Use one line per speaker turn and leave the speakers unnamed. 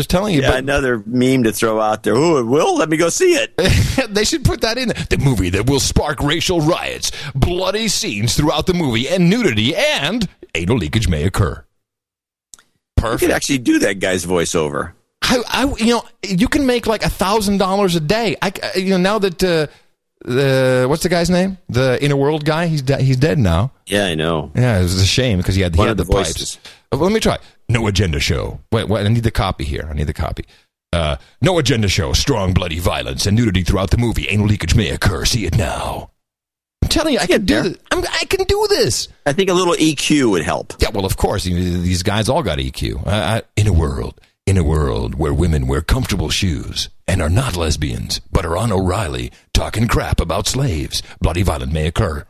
just telling you.
Yeah, another meme to throw out there. Ooh, it will? Let me go see it.
But they should put that in there. The movie that will spark racial riots, bloody scenes throughout the movie, and nudity and anal leakage may occur.
You could
Perfect.
actually do that guy's voiceover.
I, I, you know, you can make like a thousand dollars a day. I, I- you know, now that uh, the what's the guy's name? The Inner World guy. He's de- he's dead now.
Yeah, I know.
Yeah, it was a shame because he had, he
One
had
of
the,
the
pipes.
voices.
Uh, Let me try. No agenda show. Wait, wait, I need the copy here. I need the copy. Uh, no agenda show. Strong bloody violence and nudity throughout the movie. Anal leakage may occur. See it now. I'm telling you, I can do
there.
this. I'm, I can do this.
I think a little EQ would help.
Yeah, well, of course, you know, these guys all got EQ. I, I, in a world, in a world where women wear comfortable shoes and are not lesbians, but are on O'Reilly talking crap about slaves, bloody violence may occur.